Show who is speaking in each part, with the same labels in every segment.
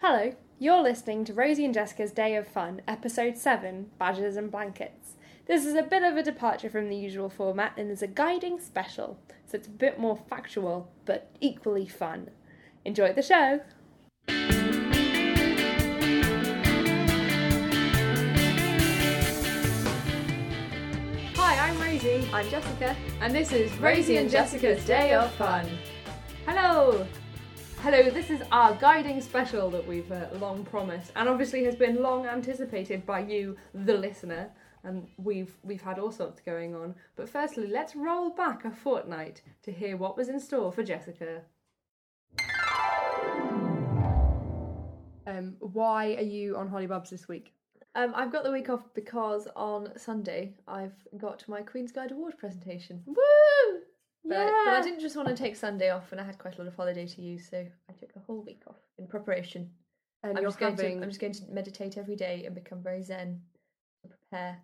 Speaker 1: Hello, you're listening to Rosie and Jessica's Day of Fun, Episode 7 Badgers and Blankets. This is a bit of a departure from the usual format and is a guiding special, so it's a bit more factual but equally fun. Enjoy the show! Hi, I'm Rosie.
Speaker 2: I'm Jessica, and this is Rosie and Jessica's Day of Fun.
Speaker 1: Hello! Hello, this is our guiding special that we've uh, long promised and obviously has been long anticipated by you, the listener. And we've we've had all sorts going on. But firstly, let's roll back a fortnight to hear what was in store for Jessica.
Speaker 2: Um, why are you on Holly Bob's this week?
Speaker 3: Um, I've got the week off because on Sunday I've got my Queen's Guide Award presentation.
Speaker 1: Woo!
Speaker 3: But, but I didn't just want to take Sunday off, and I had quite a lot of holiday to use, so I took the whole week off in preparation.
Speaker 2: And
Speaker 3: I'm
Speaker 2: you're
Speaker 3: just going
Speaker 2: having
Speaker 3: to I'm just going to meditate every day and become very zen and prepare.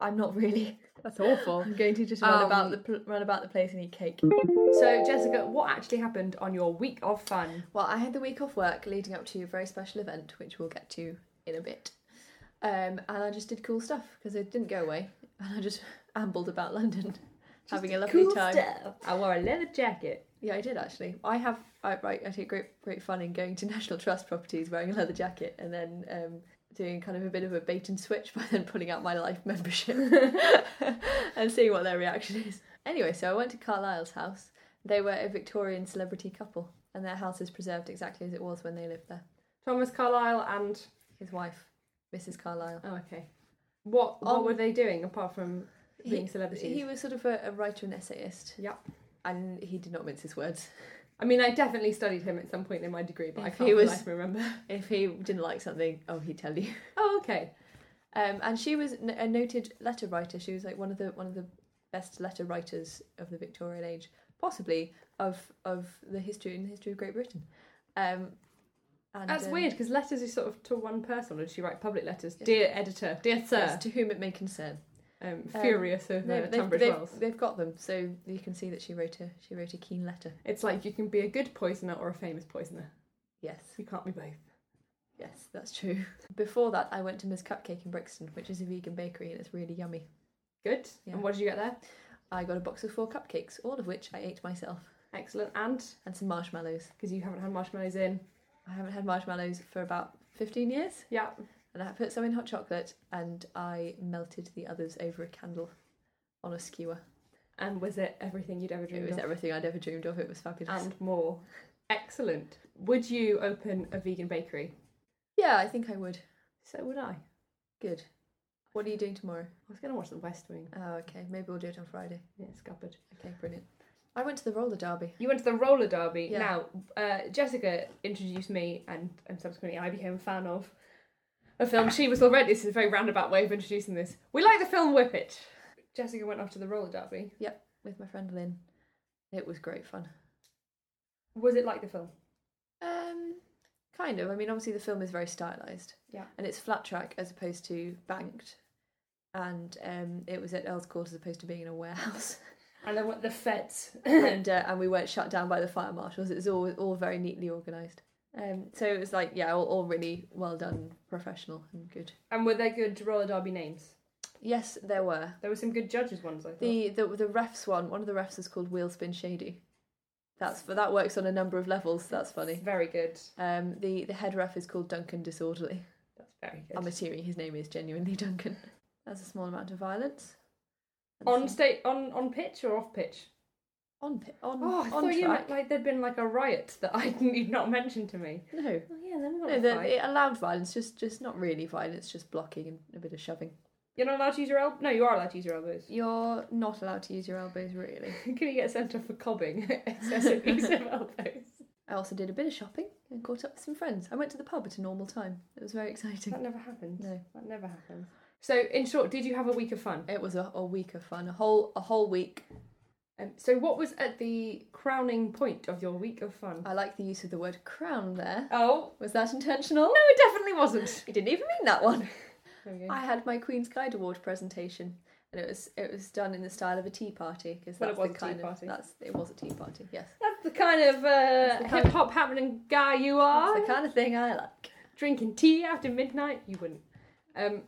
Speaker 3: I'm not really.
Speaker 2: that's awful.
Speaker 3: I'm going to just run
Speaker 2: Um,
Speaker 3: about the pl- run about the place and eat cake.
Speaker 1: So Jessica, what actually happened on your week of fun?
Speaker 3: Well, I had the week off work leading up to a very special event, which we'll get to in a bit. Um, and I just did cool stuff because it didn't go away, and I just ambled about London, having a lovely time.
Speaker 1: I wore a leather jacket.
Speaker 3: Yeah, I did actually. I have I right, I take great great fun in going to National Trust properties wearing a leather jacket and then um, doing kind of a bit of a bait and switch by then pulling out my life membership and seeing what their reaction is. Anyway, so I went to Carlyle's house. They were a Victorian celebrity couple, and their house is preserved exactly as it was when they lived there.
Speaker 1: Thomas Carlyle and
Speaker 3: His wife, Mrs. Carlyle.
Speaker 1: oh okay. What what
Speaker 3: Um,
Speaker 1: were they doing apart from being
Speaker 3: He-
Speaker 1: celebrities?
Speaker 3: He was sort of a, a writer and essayist.
Speaker 1: Yep.
Speaker 3: And he did not mince his words.
Speaker 1: I mean, I definitely studied him at some point in my degree, but I
Speaker 3: If
Speaker 1: can't
Speaker 3: he
Speaker 1: for
Speaker 3: was-
Speaker 1: life remember.
Speaker 3: If he didn't like something, oh, he'd tell you.
Speaker 1: Oh, okay.
Speaker 3: Um, and she was n- a noted letter writer. She was like one of the one of the best letter writers of the Victorian age, possibly of of the history in the history of Great Britain. Um, and,
Speaker 1: That's
Speaker 3: um,
Speaker 1: weird because letters is sort of to one person, and she write public letters.
Speaker 3: Yeah.
Speaker 1: Dear editor, dear
Speaker 3: yes,
Speaker 1: sir,
Speaker 3: to whom it may concern.
Speaker 1: um, furious over
Speaker 3: No, they've,
Speaker 1: Tunbridge
Speaker 3: they've,
Speaker 1: Wells.
Speaker 3: they've got them, so you can see that she wrote a she wrote a keen letter.
Speaker 1: It's like you can be a good poisoner or a famous poisoner.
Speaker 3: Yes,
Speaker 1: You can't be both.
Speaker 3: yes, that's true. Before that, I went to Miss Cupcake in Brixton, which is a vegan bakery, and it's really yummy.
Speaker 1: Good.
Speaker 3: Yeah.
Speaker 1: And what did you get there?
Speaker 3: I got a box of four cupcakes, all of which I ate myself,
Speaker 1: Excellent. And
Speaker 3: and some marshmallows.
Speaker 1: because you haven't had marshmallows in,
Speaker 3: I haven't had marshmallows for about fifteen years.
Speaker 1: yeah,
Speaker 3: and I put some in hot chocolate and I melted the others over a candle on a skewer.
Speaker 1: and was it everything you'd ever dreamed
Speaker 3: it was
Speaker 1: of
Speaker 3: everything I'd ever dreamed of. It was fabulous.
Speaker 1: and more? Excellent. Would you open a vegan bakery?
Speaker 3: yeah, I think I would.
Speaker 1: So would I.
Speaker 3: Good. What are you doing tomorrow?
Speaker 1: I was going to watch The West Wing.
Speaker 3: Oh, okay. Maybe we'll do it on Friday.
Speaker 1: Yeah, it's cupboard.
Speaker 3: Okay, brilliant. I went to the roller derby.
Speaker 1: You went to the roller derby.
Speaker 3: Yeah.
Speaker 1: Now, uh, Jessica introduced me, and, and subsequently I became a fan of a film she was already. This is a very roundabout way of introducing this. We like the film Whip It. Jessica went off to the roller derby.
Speaker 3: with my friend Lynn. It was great fun.
Speaker 1: Was it like the film?
Speaker 3: Um, kind of. I mean, obviously the film is very stylized.
Speaker 1: Yeah.
Speaker 3: And it's flat track as opposed to banked. And um, it was at Earl's Court as opposed to being in a warehouse.
Speaker 1: And then what the feds.
Speaker 3: and uh, and we weren't shut down by the fire marshals. It was all all very neatly organised. Um, so it was like yeah, all, all really well done, professional and good.
Speaker 1: and were there good roller derby names?
Speaker 3: Yes, there were
Speaker 1: There were some good judges ones, I thought.
Speaker 3: the the the refs one. One of the refs is called Wheelspin Shady. That's for that works on a number of levels. That's
Speaker 1: It's
Speaker 3: funny.
Speaker 1: very good.
Speaker 3: Um, the the head ref is called Duncan Disorderly.
Speaker 1: That's very
Speaker 3: I'm
Speaker 1: good.
Speaker 3: assuming his name is genuinely Duncan. That's a small amount of violence. And
Speaker 1: On
Speaker 3: some-
Speaker 1: state, on on pitch or off pitch?
Speaker 3: on pi- on
Speaker 1: Oh, I
Speaker 3: on
Speaker 1: thought you
Speaker 3: track.
Speaker 1: meant like there'd been like a riot that I you'd not mentioned to me.
Speaker 3: no.
Speaker 1: Oh yeah, then
Speaker 3: No, the, it allowed violence, just just not really violence, just blocking and a bit of shoving.
Speaker 1: You're not allowed to use your elbow. No, you are allowed to use your elbows.
Speaker 3: You're not allowed to use your elbows, really.
Speaker 1: Can you get sent off for cobbing excessive use of elbows?
Speaker 3: I also did a bit of shopping and caught up with some friends. I went to the pub at a normal time. It was very exciting.
Speaker 1: That never happens.
Speaker 3: No.
Speaker 1: That never happens. So, in short, did you have a week of fun?
Speaker 3: It was a, a week of fun, a whole a whole week.
Speaker 1: Um, so, what was at the crowning point of your week of fun?
Speaker 3: I like the use of the word crown there.
Speaker 1: Oh,
Speaker 3: Was that intentional?
Speaker 1: no, it definitely wasn't.
Speaker 3: You didn't even mean that one.
Speaker 1: There we go.
Speaker 3: I had my Queen's Guide Award presentation, and it was it was done in the style of a tea party because
Speaker 1: Well,
Speaker 3: that's
Speaker 1: it was a
Speaker 3: the
Speaker 1: tea
Speaker 3: kind of
Speaker 1: party.
Speaker 3: that's it was a tea party. Yes,
Speaker 1: That's the kind of uh,
Speaker 3: the kind
Speaker 1: hip hop happening guy you
Speaker 3: that's
Speaker 1: are.
Speaker 3: the kind of thing I like.
Speaker 1: drinking tea after midnight. You wouldn't. Um,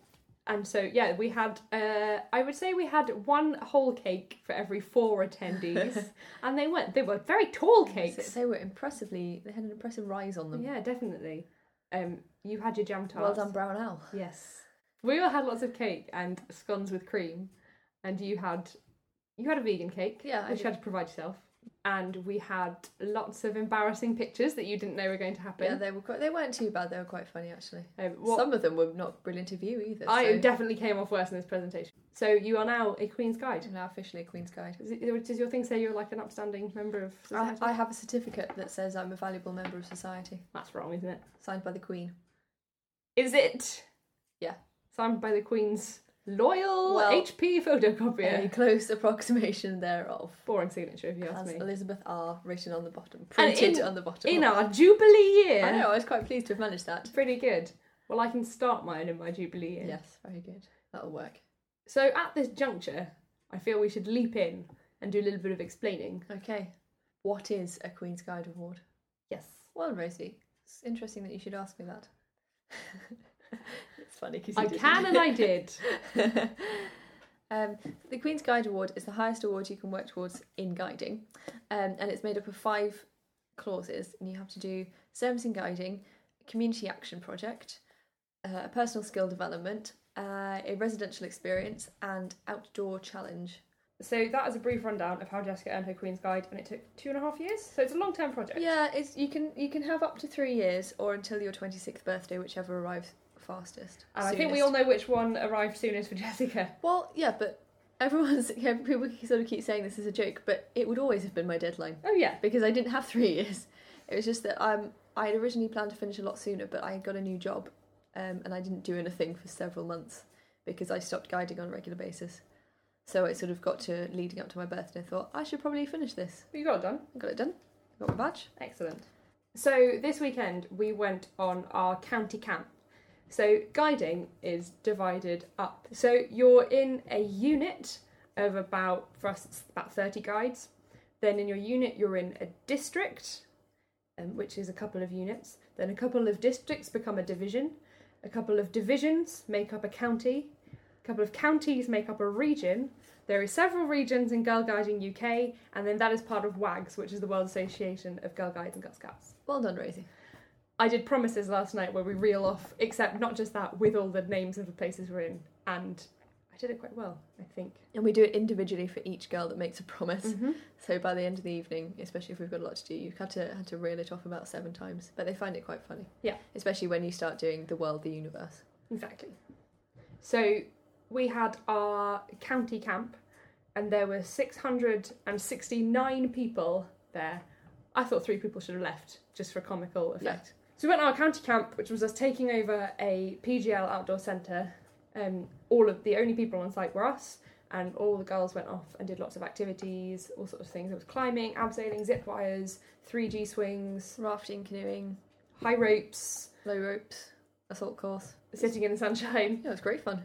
Speaker 1: and so yeah, we had. Uh, I would say we had one whole cake for every four attendees, and they went. They were very tall
Speaker 3: So
Speaker 1: cakes.
Speaker 3: they were impressively. They had an impressive rise on them.
Speaker 1: Yeah, definitely. Um, you had your jam
Speaker 3: Well
Speaker 1: tarts.
Speaker 3: done, Brown Owl.
Speaker 1: Yes. We all had lots of cake and scones with cream, and you had you had a vegan cake,
Speaker 3: Yeah, I
Speaker 1: which you
Speaker 3: did.
Speaker 1: had to provide yourself. And we had lots of embarrassing pictures that you didn't know were going to happen.
Speaker 3: Yeah, they were. Quite, they weren't too bad. They were quite funny actually.
Speaker 1: Um, what-
Speaker 3: Some of them were not brilliant to view either.
Speaker 1: I
Speaker 3: so
Speaker 1: definitely came off worse in this presentation. So you are now a Queen's Guide.
Speaker 3: I'm now officially a Queen's Guide.
Speaker 1: Is it- Does your thing say you're like an upstanding member of
Speaker 3: I,
Speaker 1: society?
Speaker 3: I have a certificate that says I'm a valuable member of society,
Speaker 1: That's wrong, isn't it?
Speaker 3: signed by the Queen.
Speaker 1: Is it?
Speaker 3: Yeah.
Speaker 1: Signed by the Queen's loyal
Speaker 3: Well,
Speaker 1: HP photocopier.
Speaker 3: A close approximation thereof.
Speaker 1: Boring signature, if you ask
Speaker 3: Has
Speaker 1: me.
Speaker 3: Elizabeth R written on the bottom, printed
Speaker 1: in-
Speaker 3: on the bottom.
Speaker 1: In our Jubilee year.
Speaker 3: I know. I was quite pleased to have managed that.
Speaker 1: Pretty good. Well, I can start mine in my Jubilee year.
Speaker 3: Yes, very good. That'll work.
Speaker 1: So at this juncture, I feel we should leap in and do a little bit of explaining.
Speaker 3: Okay. What is a Queen's Guide Award?
Speaker 1: Yes.
Speaker 3: Well, Rosie, it's interesting that you should ask me that. it's funny because
Speaker 1: I can and I did.
Speaker 3: Um, the Queen's Guide Award is the highest award you can work towards in guiding, um, and it's made up of five clauses, and you have to do service in guiding, community action project, uh, a personal skill development, uh, a residential experience, and outdoor challenge.
Speaker 1: So that is a brief rundown of how Jessica earned her Queen's Guide, and it took two and a half years. So it's a long-term project.
Speaker 3: Yeah, it's you can you can have up to three years or until your twenty sixth birthday, whichever arrives fastest.
Speaker 1: And I think we all know which one arrived soonest for Jessica.
Speaker 3: Well, yeah, but everyone's yeah, people sort of keep saying this is a joke, but it would always have been my deadline
Speaker 1: Oh yeah.
Speaker 3: because I didn't have three years. It was just that um, I had originally planned to finish a lot sooner, but I had got a new job, um, and I didn't do anything for several months because I stopped guiding on a regular basis. So it sort of got to leading up to my birthday. I thought I should probably finish this.
Speaker 1: You got it done.
Speaker 3: I got it done. Got my badge.
Speaker 1: Excellent. So this weekend we went on our county camp. So guiding is divided up. So you're in a unit of about for us it's about 30 guides. Then in your unit you're in a district, um, which is a couple of units. Then a couple of districts become a division. A couple of divisions make up a county. A couple of counties make up a region. There are several regions in Girl Guiding UK, and then that is part of WAGS, which is the World Association of Girl Guides and Girl Scouts.
Speaker 3: Well done, Rosie.
Speaker 1: I did promises last night where we reel off, except not just that, with all the names of the places we're in, and I did it quite well, I think.
Speaker 3: And we do it individually for each girl that makes a promise. So by the end of the evening, especially if we've got a lot to do, you've had to had to reel it off about seven times. But they find it quite funny.
Speaker 1: Yeah.
Speaker 3: Especially when you start doing the world, the universe.
Speaker 1: Exactly. So we had our county camp, and there were 669 people there. I thought three people should have left just for comical effect. So we went on our county camp, which was us taking over a PGL outdoor centre. Um, all of the only people on site were us, and all the girls went off and did lots of activities, all sorts of things. There was climbing, abseiling, zip wires, 3G swings,
Speaker 3: Rafting, canoeing,
Speaker 1: high ropes,
Speaker 3: low ropes, assault course.
Speaker 1: sitting in the sunshine.
Speaker 3: Yeah, it was great fun.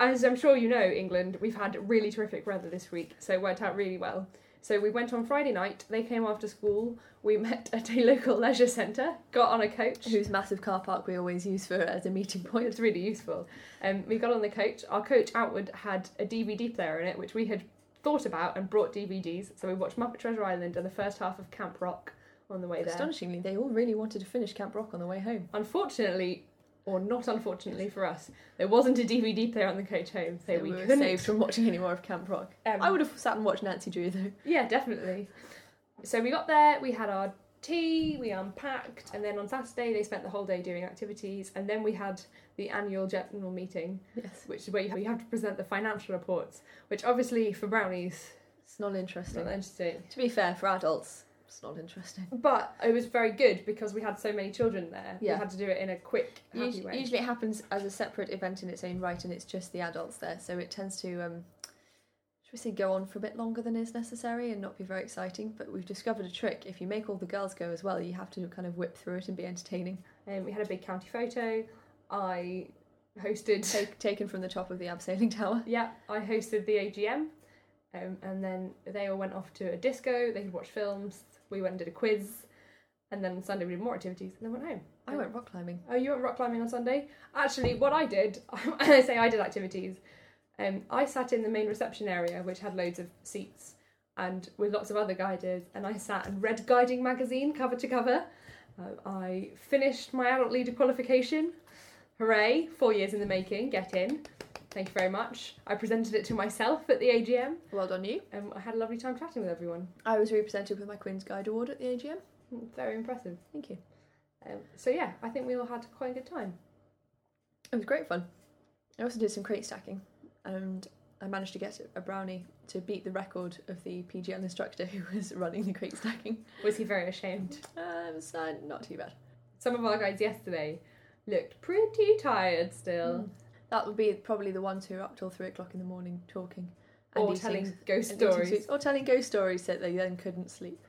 Speaker 1: As I'm sure you know, England, we've had really terrific weather this week, so it worked out really well. So we went on Friday night, they came after school, we met at a local leisure centre, got on a coach.
Speaker 3: Whose massive car park we always use for as a meeting point.
Speaker 1: It's really useful. Um, we got on the coach. Our coach outward had a DVD player in it, which we had thought about and brought DVDs. So we watched Muppet Treasure Island and the first half of Camp Rock on the way there.
Speaker 3: Astonishingly, they all really wanted to finish Camp Rock on the way home.
Speaker 1: Unfortunately, or not unfortunately for us, there wasn't a DVD player on the coach home, so,
Speaker 3: So
Speaker 1: we,
Speaker 3: were
Speaker 1: couldn't.
Speaker 3: saved from watching any more of Camp Rock.
Speaker 1: um,
Speaker 3: I would have sat and watched Nancy Drew though.
Speaker 1: Yeah, definitely. So we got there, we had our tea, we unpacked, and then on Saturday they spent the whole day doing activities, and then we had the annual general meeting,
Speaker 3: Yes.
Speaker 1: which is where you have, you have to present the financial reports, which obviously for brownies
Speaker 3: It's not
Speaker 1: is
Speaker 3: interesting.
Speaker 1: not that interesting.
Speaker 3: To be fair, for adults, it's not interesting.
Speaker 1: But it was very good because we had so many children there.
Speaker 3: Yeah.
Speaker 1: We had to do it in a quick, happy
Speaker 3: Usu-
Speaker 1: way.
Speaker 3: Usually, it happens as a separate event in its own right, and it's just the adults there, so it tends to, um, should we say, go on for a bit longer than is necessary and not be very exciting. But we've discovered a trick: if you make all the girls go as well, you have to kind of whip through it and be entertaining.
Speaker 1: Um, we had a big county photo. I hosted.
Speaker 3: Take, taken from the top of the abseiling tower.
Speaker 1: Yeah, I hosted the AGM, um, and then they all went off to a disco. They could watch films. We went and did a quiz, And then on Sunday we did more activities and then went home.
Speaker 3: I went rock climbing.
Speaker 1: Oh, you went rock climbing on Sunday? Actually, what I did, I say I did activities. Um, I sat in the main reception area, which had loads of seats, and with lots of other guiders, and I sat and read Guiding magazine cover to cover. Um, I finished my adult leader qualification. Hooray! Four years in the making. Get in. Thank you very much. I presented it to myself at the AGM,
Speaker 3: Well done, you.
Speaker 1: and Um, I had a lovely time chatting with everyone.
Speaker 3: I was represented with my Queen's Guide Award at the AGM.
Speaker 1: Very impressive.
Speaker 3: Thank you.
Speaker 1: Um, so yeah, I think we all had quite a good time.
Speaker 3: It was great fun. I also did some crate stacking, and I managed to get a brownie to beat the record of the PGL instructor who was running the crate stacking.
Speaker 1: Was he very ashamed?
Speaker 3: Uh, it was uh, not too bad.
Speaker 1: Some of our guides yesterday looked pretty tired
Speaker 3: Hmm.
Speaker 1: still,
Speaker 3: That would be probably the ones who are up till three o'clock in the morning talking and
Speaker 1: or
Speaker 3: eating-
Speaker 1: telling ghost
Speaker 3: and eating
Speaker 1: stories.
Speaker 3: sweets, or telling ghost stories that they then couldn't sleep.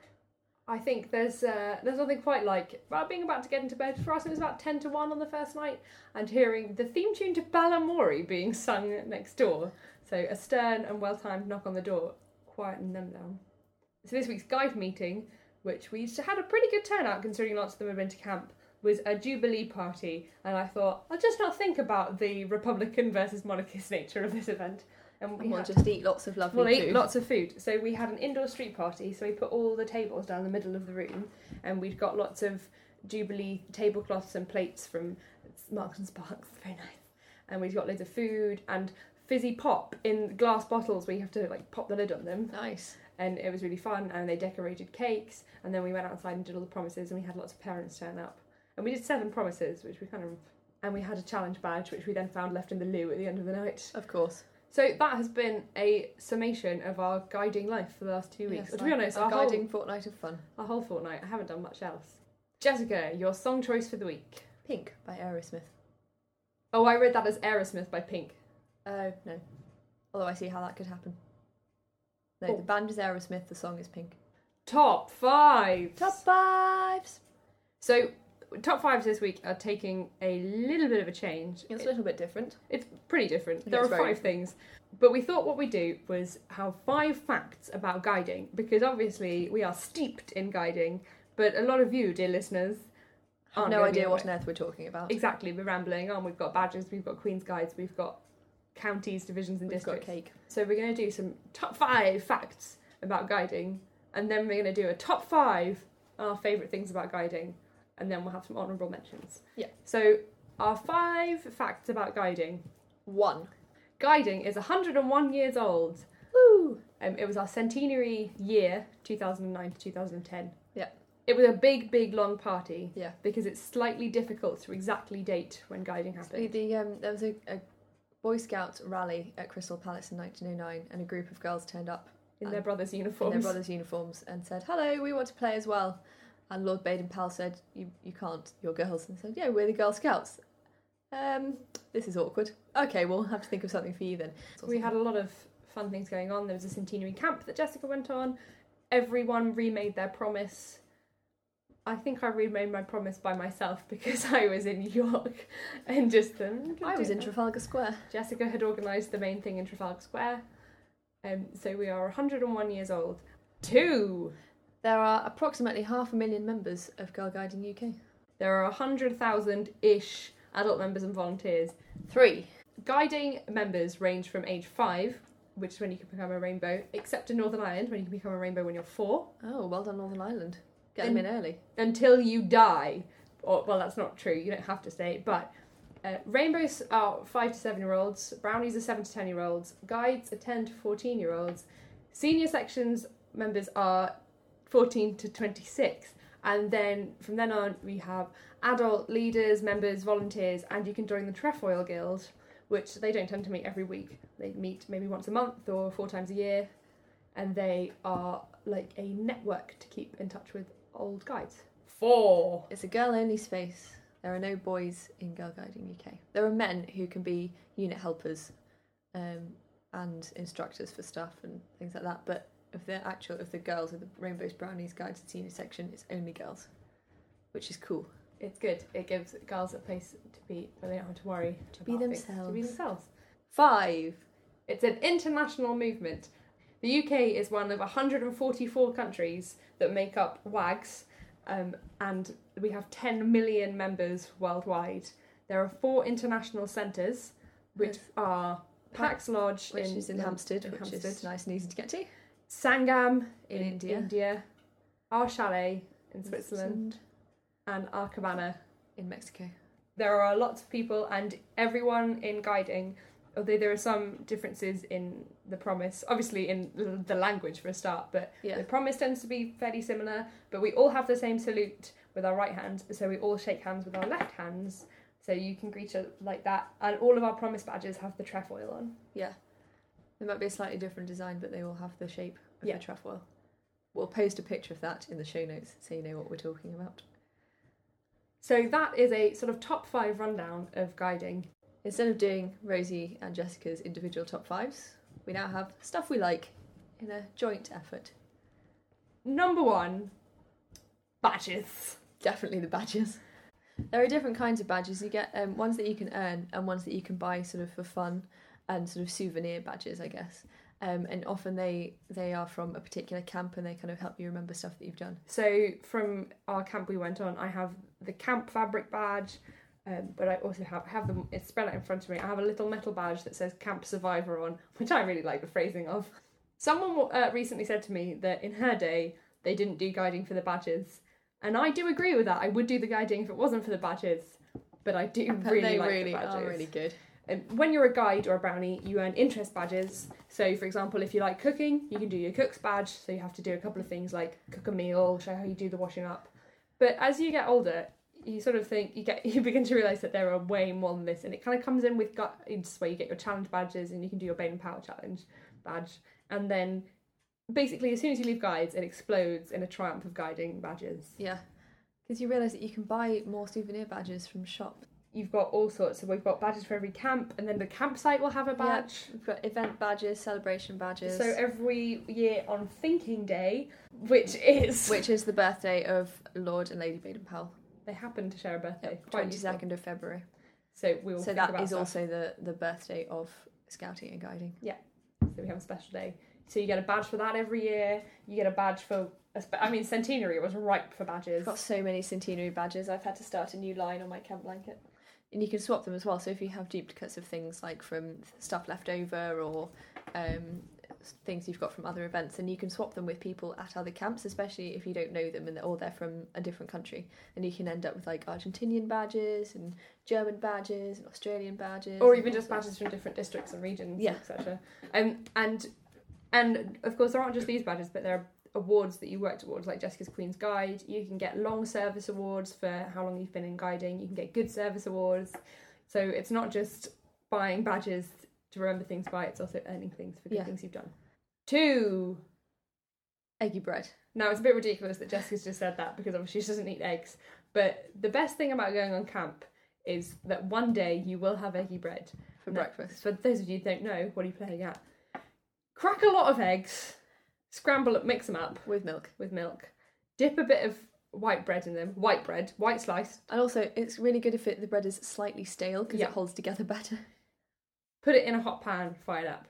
Speaker 1: I think there's uh, there's nothing quite like about being about to get into bed. For us, it was about ten to one on the first night, and hearing the theme tune to Balamori being sung next door. So a stern and well timed knock on the door quietened them down. So this week's guide meeting, which we had a pretty good turnout considering lots of them had been to camp, was a jubilee party, and I thought I'll just not think about the Republican versus monarchist nature of this event. And
Speaker 3: And we'll
Speaker 1: had-
Speaker 3: just eat lots of lovely
Speaker 1: We'll
Speaker 3: food.
Speaker 1: eat lots of food. So we had an indoor street party. So we put all the tables down the middle of the room, and we'd got lots of Jubilee tablecloths and plates from Marks and Sparks. Very nice. And we'd got loads of food and fizzy pop in glass bottles. where you have to like pop the lid on them,
Speaker 3: Nice.
Speaker 1: and it was really fun. And they decorated cakes, and then we went outside and did all the promises, and we had lots of parents turn up, and we did seven promises, which we kind of. And we had a challenge badge, which we then found left in the loo at the end of the night.
Speaker 3: Of course.
Speaker 1: So that has been a summation of our guiding life for the last two weeks.
Speaker 3: Yes,
Speaker 1: to be
Speaker 3: like
Speaker 1: honest,
Speaker 3: a
Speaker 1: our
Speaker 3: guiding
Speaker 1: whole,
Speaker 3: fortnight of fun.
Speaker 1: our whole fortnight, I haven't done much else. Jessica, your song choice for the week.
Speaker 3: Pink by Aerosmith.
Speaker 1: Oh, I read that as Aerosmith by Pink.
Speaker 3: Oh no. Although I see how that could happen. No,
Speaker 1: Oh.
Speaker 3: the band is Aerosmith, the song is Pink.
Speaker 1: Top five.
Speaker 3: Top fives.
Speaker 1: So, top fives this week are taking a little bit of a change.
Speaker 3: It's a little bit different.
Speaker 1: It's pretty different.
Speaker 3: Yeah,
Speaker 1: There
Speaker 3: it's
Speaker 1: are
Speaker 3: very
Speaker 1: five things. But we thought what we'd do was have five facts about guiding, because obviously we are steeped in guiding, but a lot of you, dear listeners,
Speaker 3: I've
Speaker 1: aren't
Speaker 3: no
Speaker 1: gonna be
Speaker 3: idea what
Speaker 1: aware.
Speaker 3: on earth we're talking about.
Speaker 1: Exactly, we're rambling on. We've got badges, we've got Queen's Guides, we've got counties, divisions, and
Speaker 3: We've got
Speaker 1: districts.
Speaker 3: cake.
Speaker 1: So we're going to do some top five facts about guiding, and then we're going to do a top five our favourite things about guiding, and then we'll have some honourable mentions.
Speaker 3: Yeah.
Speaker 1: So our five facts about guiding.
Speaker 3: One.
Speaker 1: Guiding is 101 years old.
Speaker 3: Woo!
Speaker 1: Um, it was our centenary year, 2009 to 2010.
Speaker 3: Yeah.
Speaker 1: It was a big, big, long party.
Speaker 3: Yeah.
Speaker 1: Because it's slightly difficult to exactly date when guiding
Speaker 3: The,
Speaker 1: happened.
Speaker 3: the, um, there was a, a Boy Scout rally at Crystal Palace in 1909, and a group of girls turned up
Speaker 1: in their
Speaker 3: and-
Speaker 1: brother's
Speaker 3: Um, in
Speaker 1: uniforms.
Speaker 3: their brothers' uniforms and said, "Hello, we want to play as well." And Lord Baden Powell said, "You you can't. You're girls." And they said, "Yeah, we're the Girl Scouts." Um, this is awkward. Okay, we'll have to think of something for you then. So
Speaker 1: we had a lot of fun things going on. There was a centenary camp that Jessica went on. Everyone remade their promise. I think I remade my promise by myself because I was in York and just. Um,
Speaker 3: I was in
Speaker 1: Trafalgar.
Speaker 3: Trafalgar Square.
Speaker 1: Jessica had organised the main thing in Trafalgar Square. Um, so we are 101 years old. Two!
Speaker 3: There are approximately half a million members of Girl Guiding UK.
Speaker 1: There are 100,000 ish adult members and volunteers.
Speaker 3: Three.
Speaker 1: Guiding members range from age five, which is when you can become a rainbow, except in Northern Ireland, when you can become a rainbow when you're four,
Speaker 3: Oh, well done, Northern Ireland. Get them in early.
Speaker 1: until you die. Or, well, that's not true, you don't have to stay, but uh, rainbows are five to seven year olds, brownies are seven to ten year olds, guides are 10 to 14 year olds, senior sections members are 14 to 26. And then from then on, we have adult leaders, members, volunteers, and you can join the Trefoil Guild, which they don't tend to meet every week. They meet maybe once a month or four times a year, and they are like a network to keep in touch with old guides. Four.
Speaker 3: It's a girl only space. There are no boys in Girl Guiding UK. There are men who can be unit helpers um, and instructors for stuff and things like that, but of the actual, of the girls, of the Rainbows, Brownies, Guides and Senior section, it's only girls, which is cool.
Speaker 1: It's good. It gives girls a place to be where they don't have to worry to
Speaker 3: be
Speaker 1: To be
Speaker 3: themselves.
Speaker 1: themselves.
Speaker 3: Five.
Speaker 1: It's an international movement. The UK is one of 144 countries that make up WAGs, um, and we have 10 million members worldwide. There are four international centres, which
Speaker 3: Yes.
Speaker 1: are Pax Lodge
Speaker 3: which
Speaker 1: in,
Speaker 3: is in Hampstead,
Speaker 1: in
Speaker 3: which
Speaker 1: Hampstead.
Speaker 3: is nice and easy to get to.
Speaker 1: Sangam
Speaker 3: In India.
Speaker 1: India, our chalet in Switzerland, and our cabana.
Speaker 3: in Mexico.
Speaker 1: There are lots of people, and everyone in guiding. Although there are some differences in the promise, obviously in l- the language for a start, but
Speaker 3: Yeah.
Speaker 1: the promise tends to be fairly similar. But we all have the same salute with our right hands, so we all shake hands with our left hands. So you can greet her like that, and all of our promise badges have the trefoil on.
Speaker 3: It might be a slightly different design, but they all have the shape of
Speaker 1: Yeah.
Speaker 3: the trefoil. We'll post a picture of that in the show notes so you know what we're talking about.
Speaker 1: So that is a sort of top five rundown of guiding.
Speaker 3: Instead of doing Rosie and Jessica's individual top fives, we now have stuff we like in a joint effort.
Speaker 1: Number one, badges.
Speaker 3: Definitely the badges. There are different kinds of badges. You get um, ones that you can earn and ones that you can buy sort of for fun and sort of souvenir badges, I guess. Um, and often they they are from a particular camp and they kind of help you remember stuff that you've done.
Speaker 1: So from our camp we went on, I have the camp fabric badge, um, but I also have I have them. It's spread out in front of me. I have a little metal badge that says Camp Survivor on, which I really like the phrasing of. Someone uh, recently said to me that in her day they didn't do guiding for the badges, and I do agree with that. I would do the guiding if it wasn't for the badges, but I do
Speaker 3: But
Speaker 1: really
Speaker 3: they
Speaker 1: like
Speaker 3: really
Speaker 1: the badges.
Speaker 3: are really good.
Speaker 1: Um, when you're a guide or a brownie, you earn interest badges. So, for example, if you like cooking, you can do your cook's badge. So, you have to do a couple of things like cook a meal, show how you do the washing up. But as you get older, you sort of think you get you begin to realize that there are way more than this, and it kind of comes in with guides where you get your challenge badges and you can do your Bane and Power challenge badge, and then basically as soon as you leave guides, it explodes in a triumph of guiding badges.
Speaker 3: Yeah, because you realise that you can buy more souvenir badges from shops.
Speaker 1: You've got all sorts. So we've got badges for every camp, and then the campsite will have a badge.
Speaker 3: We've got event badges, celebration badges.
Speaker 1: So every year on Thinking Day, which is
Speaker 3: which is the birthday of Lord and Lady Baden Powell,
Speaker 1: they happen to share a birthday, quite
Speaker 3: twenty
Speaker 1: useful.
Speaker 3: second of February.
Speaker 1: So we will
Speaker 3: So
Speaker 1: think
Speaker 3: that
Speaker 1: about
Speaker 3: is
Speaker 1: stuff.
Speaker 3: also the the birthday of scouting and guiding.
Speaker 1: So we have a special day. So you get a badge for that every year. You get a badge for a spe- I mean centenary was ripe for badges.
Speaker 3: I've got so many centenary badges. I've had to start a new line on my camp blanket. And you can swap them as well. So if you have duplicates of things like from stuff left over or um, things you've got from other events, then you can swap them with people at other camps, especially if you don't know them and they're, or they're from a different country. And you can end up with like Argentinian badges and German badges and Australian badges.
Speaker 1: Or
Speaker 3: and
Speaker 1: even just
Speaker 3: all
Speaker 1: badges from different districts and regions,
Speaker 3: Yeah.
Speaker 1: etc. Um, and and of course there aren't just these badges, but there are awards that you work towards, like Jessica's Queen's Guide. You can get long service awards for how long you've been in guiding. You can get good service awards. So it's not just buying badges to remember things by; it's also earning things for good
Speaker 3: Yeah.
Speaker 1: things you've done. Two.
Speaker 3: Eggy bread.
Speaker 1: Now it's a bit ridiculous that Jessica's just said that because obviously she doesn't eat eggs. But the best thing about going on camp is that one day you will have eggy bread.
Speaker 3: For
Speaker 1: No.
Speaker 3: breakfast.
Speaker 1: For those of you who don't know, what are you playing at? Crack a lot of eggs, scramble up, mix them up
Speaker 3: With milk.
Speaker 1: with milk, dip a bit of white bread in them, white bread, white sliced,
Speaker 3: And also, it's really good if it, the bread is slightly stale because
Speaker 1: Yeah.
Speaker 3: it holds together better.
Speaker 1: put it in a hot pan, fry it up,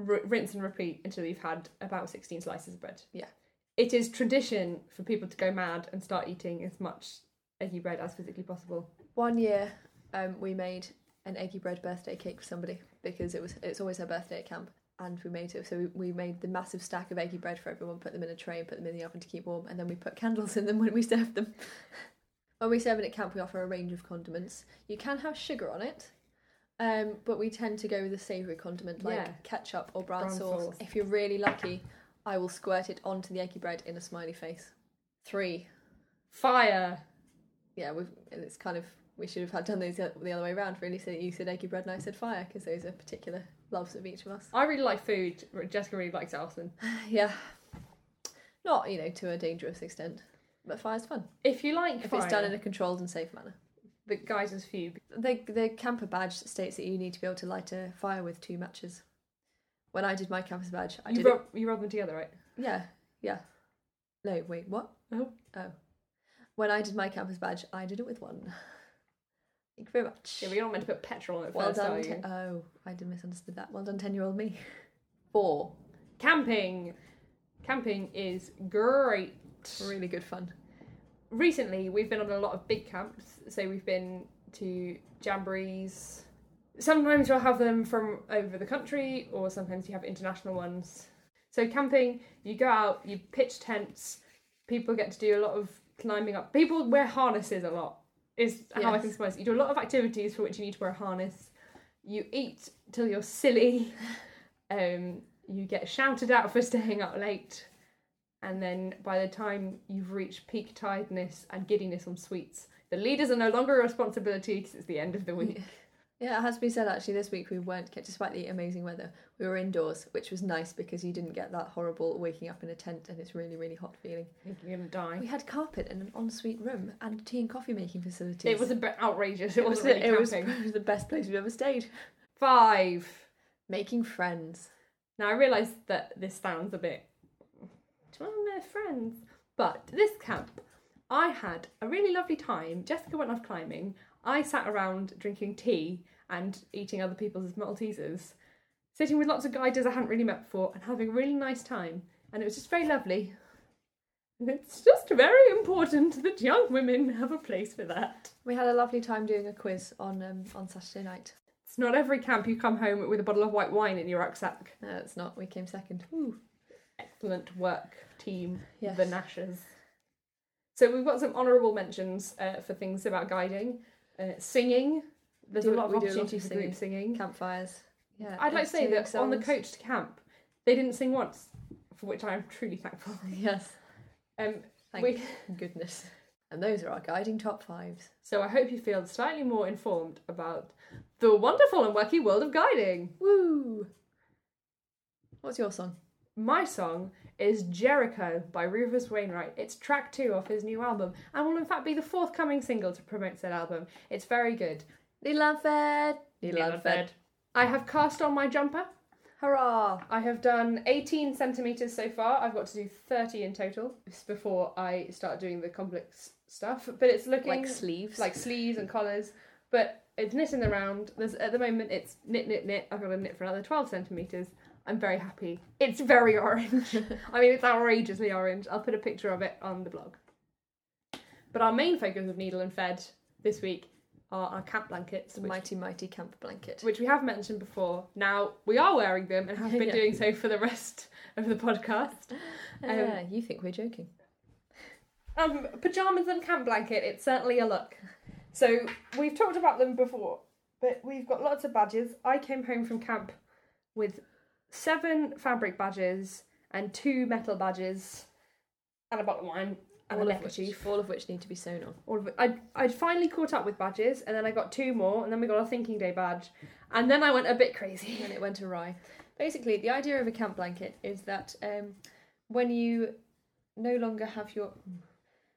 Speaker 1: r- rinse and repeat until you've had about 16 slices of bread.
Speaker 3: Yeah.
Speaker 1: It is tradition for people to go mad and start eating as much eggy bread as physically possible.
Speaker 3: One year, um, we made an eggy bread birthday cake for somebody because it was it's always her birthday at camp, and we made it. So we, we made the massive stack of eggy bread for everyone, put them in a tray, and put them in the oven to keep warm, and then we put candles in them when we served them. when we serve it at camp, we offer a range of condiments. You can have sugar on it. Um, but we tend to go with a savoury condiment like
Speaker 1: Yeah.
Speaker 3: ketchup or brown,
Speaker 1: Brown
Speaker 3: sauce.
Speaker 1: sauce.
Speaker 3: If you're really lucky, I will squirt it onto the eggy bread in a smiley face. Three,
Speaker 1: Fire!
Speaker 3: yeah, we've, and it's kind of we should have had done those the the other way around, really. So that you said eggy bread and I said fire because those are particular loves of each of us.
Speaker 1: I really like food. Jessica really likes Alison.
Speaker 3: yeah, not you know to a dangerous extent, but fire's fun
Speaker 1: If you like
Speaker 3: if
Speaker 1: fire,
Speaker 3: it's done in a controlled and safe manner.
Speaker 1: the guys is few
Speaker 3: The the camper badge states that you need to be able to light a fire with two matches. When I did my camper badge, I
Speaker 1: you
Speaker 3: did it-
Speaker 1: rub, you rub them together, right?
Speaker 3: Yeah, yeah. No, wait, what?
Speaker 1: Oh.
Speaker 3: Oh. When I did my campus badge, I did it with one. Thank you very much.
Speaker 1: Yeah, but you're not meant to put petrol on it
Speaker 3: well
Speaker 1: first,
Speaker 3: done.
Speaker 1: are
Speaker 3: Te-
Speaker 1: you?
Speaker 3: oh, I did misunderstood that. Well done, 10 year old me. Four.
Speaker 1: Camping! Camping is great.
Speaker 3: Really good fun.
Speaker 1: recently we've been on a lot of big camps. So we've been to jamborees. Sometimes you'll have them from over the country, or sometimes you have international ones. So camping, you go out, you pitch tents. People get to do a lot of climbing up. People wear harnesses a lot. Is how I
Speaker 3: Yes.
Speaker 1: can summarize. it. You do a lot of activities for which you need to wear a harness. You eat till you're silly. Um, you get shouted out for staying up late, and then by the time you've reached peak tiredness and giddiness on sweets, the leaders are no longer a responsibility because it's the end of the week.
Speaker 3: Yeah, it has to be said actually this week we weren't kept despite the amazing weather. We were indoors, which was nice because you didn't get that horrible waking up in a tent and it's really, really hot feeling.
Speaker 1: Thinking you're gonna die.
Speaker 3: We had carpet and an ensuite room and tea and coffee making facilities.
Speaker 1: It was a bit outrageous. It,
Speaker 3: It was
Speaker 1: wasn't
Speaker 3: the-
Speaker 1: really
Speaker 3: it was
Speaker 1: camping.
Speaker 3: probably the best place we've ever stayed.
Speaker 1: Five.
Speaker 3: Making friends.
Speaker 1: Now I realise that this sounds a bit to my friends, but this camp, I had a really lovely time. Jessica went off climbing. I sat around drinking tea and eating other people's Maltesers, sitting with lots of guiders I hadn't really met before, and having a really nice time. And it was just very lovely. And it's just very important that young women have a place for that.
Speaker 3: We had a lovely time doing a quiz on um, on Saturday night.
Speaker 1: It's not every camp you come home with a bottle of white wine in your rucksack.
Speaker 3: No, it's not. We came second. Ooh.
Speaker 1: excellent work team,
Speaker 3: Yes.
Speaker 1: the Nashers. So we've got some honourable mentions uh, for things about guiding, uh, singing. There's
Speaker 3: Do-
Speaker 1: a lot of
Speaker 3: we do a lot
Speaker 1: opportunity
Speaker 3: of
Speaker 1: for group singing.
Speaker 3: Campfires. Yeah.
Speaker 1: I'd like to say
Speaker 3: singing
Speaker 1: that on the
Speaker 3: songs.
Speaker 1: coached camp, they didn't sing once, for which I am truly thankful.
Speaker 3: Yes.
Speaker 1: Um,
Speaker 3: Thank
Speaker 1: we,
Speaker 3: goodness. And those are our guiding top fives.
Speaker 1: so I hope you feel slightly more informed about the wonderful and wacky world of guiding.
Speaker 3: Woo! What's your song?
Speaker 1: My song is Jericho by Rufus Wainwright. It's track two off his new album and will, in fact, be the forthcoming single to promote said album. It's very good.
Speaker 3: Neil Lanford. Neil
Speaker 1: Neil Lanford. I have cast on my jumper.
Speaker 3: Hurrah!
Speaker 1: I have done 18 centimetres so far. I've got to do 30 in total before I start doing the complex stuff. But it's looking
Speaker 3: Like sleeves.
Speaker 1: like sleeves and collars. But it's knitting around. There's at the moment it's knit, knit, knit. I've got to knit for another 12 centimetres. I'm very happy. It's very orange. I mean, it's outrageously orange. I'll put a picture of it on the blog. But our main focus of Needle and Fed this week are our camp blankets,
Speaker 3: the
Speaker 1: which
Speaker 3: mighty mighty camp blanket.
Speaker 1: which we have mentioned before. Now we are wearing them and have been
Speaker 3: Yeah.
Speaker 1: doing so for the rest of the podcast.
Speaker 3: Ah,
Speaker 1: um,
Speaker 3: you think we're joking?
Speaker 1: Um, pajamas and camp blanket. It's certainly a look. So we've talked about them before, but we've got lots of badges. I came home from camp with seven fabric badges and two metal badges and a bottle of wine and
Speaker 3: all
Speaker 1: a
Speaker 3: of
Speaker 1: neckerchief.
Speaker 3: which, all of which need to be sewn on.
Speaker 1: all of it. I I finally caught up with badges, and then I got two more, and then we got a thinking day badge, and then I went a bit crazy.
Speaker 3: and it went awry. Basically, the idea of a camp blanket is that um, when you no longer have your.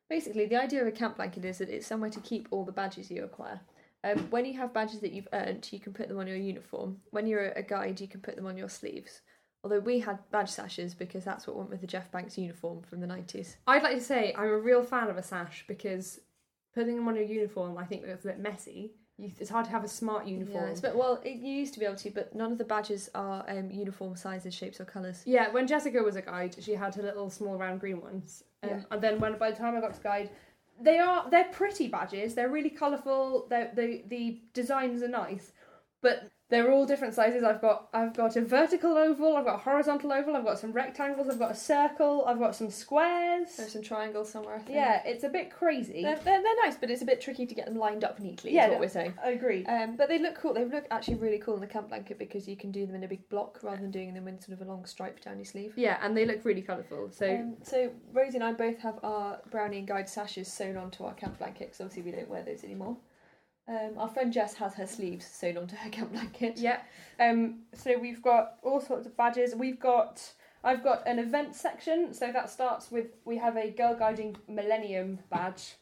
Speaker 3: Basically, the idea of a camp blanket is that it's somewhere to keep all the badges you acquire. Um, when you have badges that you've earned, you can put them on your uniform. When you're a guide, you can put them on your sleeves. Although we had badge sashes because that's what went with the Jeff Banks uniform from the 90s.
Speaker 1: I'd like to say I'm a real fan of a sash because putting them on your uniform, I think that's a bit messy. You, it's hard to have a smart uniform.
Speaker 3: Yes, but well, it, you used to be able to, but none of the badges are um, uniform sizes, shapes, or colours.
Speaker 1: yeah, when Jessica was a guide, she had her little small round green ones, um,
Speaker 3: Yeah.
Speaker 1: and then when by the time I got to guide, they are they're pretty badges. They're really colourful. They're, the the designs are nice, but they're all different sizes. I've got I've got a vertical oval. I've got a horizontal oval. I've got some rectangles. I've got a circle. I've got some
Speaker 3: There's
Speaker 1: squares.
Speaker 3: some triangles somewhere, I think.
Speaker 1: Yeah, it's a bit crazy.
Speaker 3: They're, they're, they're nice, but it's a bit tricky to get them lined up neatly,
Speaker 1: Yeah,
Speaker 3: is
Speaker 1: no.
Speaker 3: what we're saying.
Speaker 1: Agreed.
Speaker 3: Um, but they look cool. They look actually really cool in the camp blanket because you can do them in a big block rather than doing them in sort of a long stripe down your sleeve.
Speaker 1: Yeah, and they look really colourful. So
Speaker 3: Um, so Rosie and I both have our brownie and guide sashes sewn onto our camp blanket because obviously we don't wear those anymore. Um, our friend Jess has her sleeves sewn onto her camp blanket.
Speaker 1: Yeah. Um, so we've got all sorts of badges. We've got I've got an event section, so that starts with we have a girl guiding millennium badge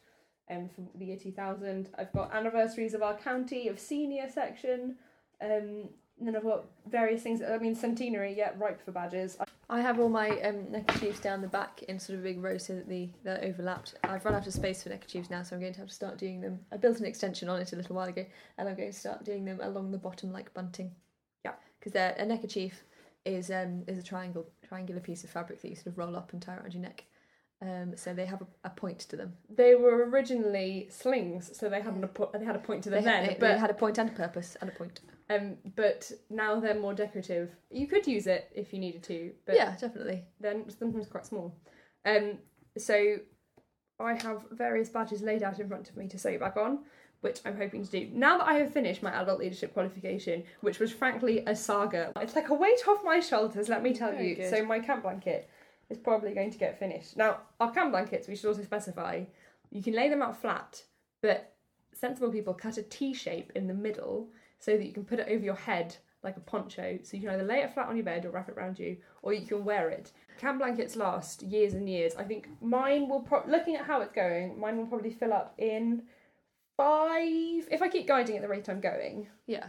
Speaker 1: um, for the year 2000. I've got anniversaries of our county of senior section. Um, and then I've got various things. I mean, centenary, yeah, ripe for badges.
Speaker 3: I have all my um, neckerchiefs down the back in sort of a big row so that the, they're overlapped. I've run out of space for neckerchiefs now, so I'm going to have to start doing them. I built an extension on it a little while ago, and I'm going to start doing them along the bottom like bunting.
Speaker 1: Yeah.
Speaker 3: because they're a neckerchief is um, is a triangle triangular piece of fabric that you sort of roll up and tie around your neck. Um, so they have a, a point to them.
Speaker 1: They were originally slings, so they had a po- they had a point to them
Speaker 3: they,
Speaker 1: then.
Speaker 3: they-
Speaker 1: but
Speaker 3: they had a point and a purpose and a point.
Speaker 1: um, but now they're more decorative. You could use it if you needed to, but
Speaker 3: yeah, definitely.
Speaker 1: then sometimes quite small. Um, so I have various badges laid out in front of me to sew back on, which I'm hoping to do. Now that I have finished my adult leadership qualification, which was frankly a saga, it's like a weight off my shoulders, let me tell
Speaker 3: Very
Speaker 1: you.
Speaker 3: good.
Speaker 1: So my camp blanket is probably going to get finished. Now, our camp blankets, we should also specify, you can lay them out flat, but sensible people cut a T shape in the middle so that you can put it over your head like a poncho. So you can either lay it flat on your bed or wrap it around you, or you can wear it. Camp blankets last years and years. I think mine will pro- looking at how it's going, mine will probably fill up in five if I keep guiding at the rate I'm going,
Speaker 3: Yeah.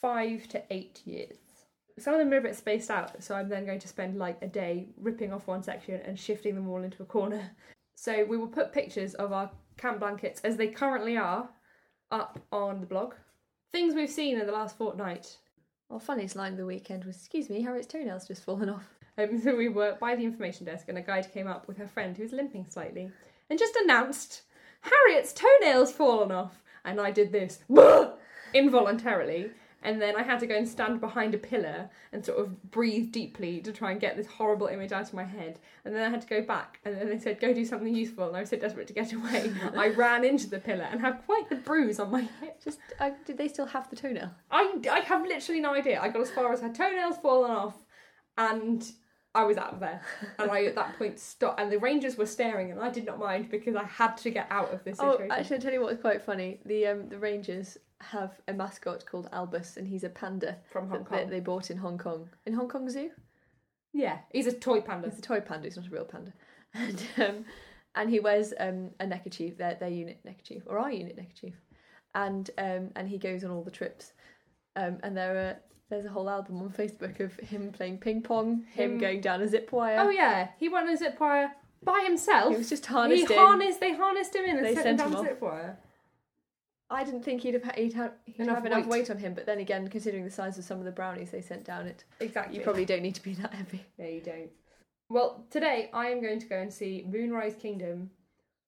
Speaker 1: five to eight years. Some of them are a bit spaced out, so I'm then going to spend like a day ripping off one section and shifting them all into a corner. So we will put pictures of our camp blankets as they currently are up on the blog. Things we've seen in the last fortnight.
Speaker 3: Well, funniest line of the weekend was, "Excuse me, Harriet's toenails just fallen off."
Speaker 1: Um, so we were by the information desk, and a guide came up with her friend who was limping slightly and just announced, Harriet's toenail's fallen off. And I did this involuntarily. And then I had to go and stand behind a pillar and sort of breathe deeply to try and get this horrible image out of my head. And then I had to go back. And then they said, go do something useful. And I was so desperate to get away. I ran into the pillar and have quite the bruise on my hip.
Speaker 3: Just uh, did they still have the toenail?
Speaker 1: I, I have literally no idea. I got as far as her toenails fallen off, and I was out of there. And I at that point stopped, and the rangers were staring, and I did not mind because I had to get out of this
Speaker 3: Oh,
Speaker 1: situation.
Speaker 3: actually, I tell you what was quite funny. The um, the Rangers have a mascot called Albus, and he's a panda
Speaker 1: From Hong
Speaker 3: that- that
Speaker 1: Kong.
Speaker 3: they bought in Hong Kong. In Hong Kong Zoo,
Speaker 1: yeah, he's a toy panda.
Speaker 3: he's a toy panda. He's not a real panda, and um, and he wears um, a neckerchief, their their unit neckerchief or our unit neckerchief, and um, and he goes on all the trips, um, and there are. There's a whole album on Facebook of him playing ping pong, him,
Speaker 1: Him-
Speaker 3: going down a zip wire.
Speaker 1: Oh yeah, he went on a zip wire by
Speaker 3: He
Speaker 1: himself.
Speaker 3: was just
Speaker 1: Oh, He
Speaker 3: harnessed. in.
Speaker 1: harnessed. They harnessed him in and
Speaker 3: They
Speaker 1: sent him
Speaker 3: sent
Speaker 1: down
Speaker 3: him
Speaker 1: the
Speaker 3: off.
Speaker 1: zip wire.
Speaker 3: I didn't think he'd have ha- he'd have, he'd
Speaker 1: Enough
Speaker 3: have enough
Speaker 1: weight.
Speaker 3: weight on him, but then again, considering the size of some of the brownies they sent down, it
Speaker 1: Exactly.
Speaker 3: you probably don't need to be that heavy.
Speaker 1: No, you don't. Well, today I am going to go and see Moonrise Kingdom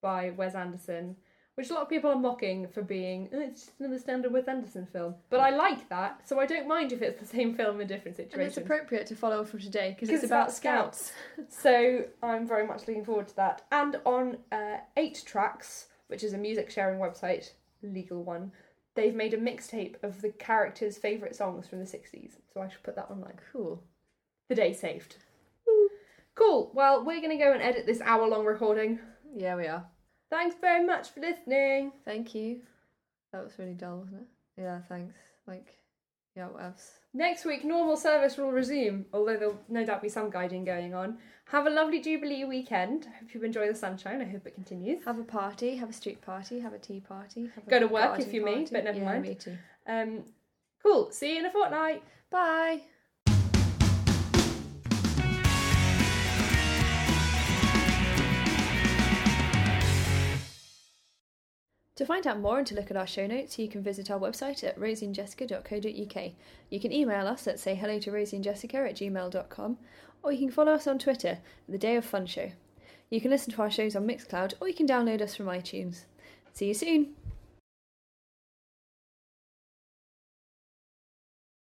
Speaker 1: by Wes Anderson, which a lot of people are mocking for being "Oh, it's just another standard Wes Anderson film. But I like that, so I don't mind if it's the same film in different
Speaker 3: And it's
Speaker 1: situations.
Speaker 3: appropriate to follow on from today because it's about scouts.
Speaker 1: so I'm very much looking forward to that. And on uh, Eight Tracks, which is a music sharing website, legal one, they've made a mixtape of the characters' favourite songs from the 60s. So I should put that online.
Speaker 3: Cool.
Speaker 1: The day saved. Cool. Well, we're going to go and edit this hour long recording.
Speaker 3: Yeah, we are.
Speaker 1: Thanks very much for listening.
Speaker 3: Thank you. That was really dull, wasn't it? Yeah, thanks. Like, yeah, what else?
Speaker 1: Next week, normal service will resume, although there'll no doubt be some guiding going on. Have a lovely Jubilee weekend. I hope you enjoy the sunshine. I hope it continues.
Speaker 3: Have a party. Have a street party. Have a tea party. Have a
Speaker 1: Go to work
Speaker 3: garden
Speaker 1: if you may,
Speaker 3: party.
Speaker 1: but never
Speaker 3: yeah,
Speaker 1: mind.
Speaker 3: Me too.
Speaker 1: Um, cool. See you in a fortnight.
Speaker 3: Bye. To find out more and to look at our show notes, you can visit our website at rosieandjessica.co.uk. You can email us at say hello to rosieandjessica at gmail.com, or you can follow us on Twitter, The Day of Fun Show. You can listen to our shows on Mixcloud, or you can download us from iTunes. See you soon!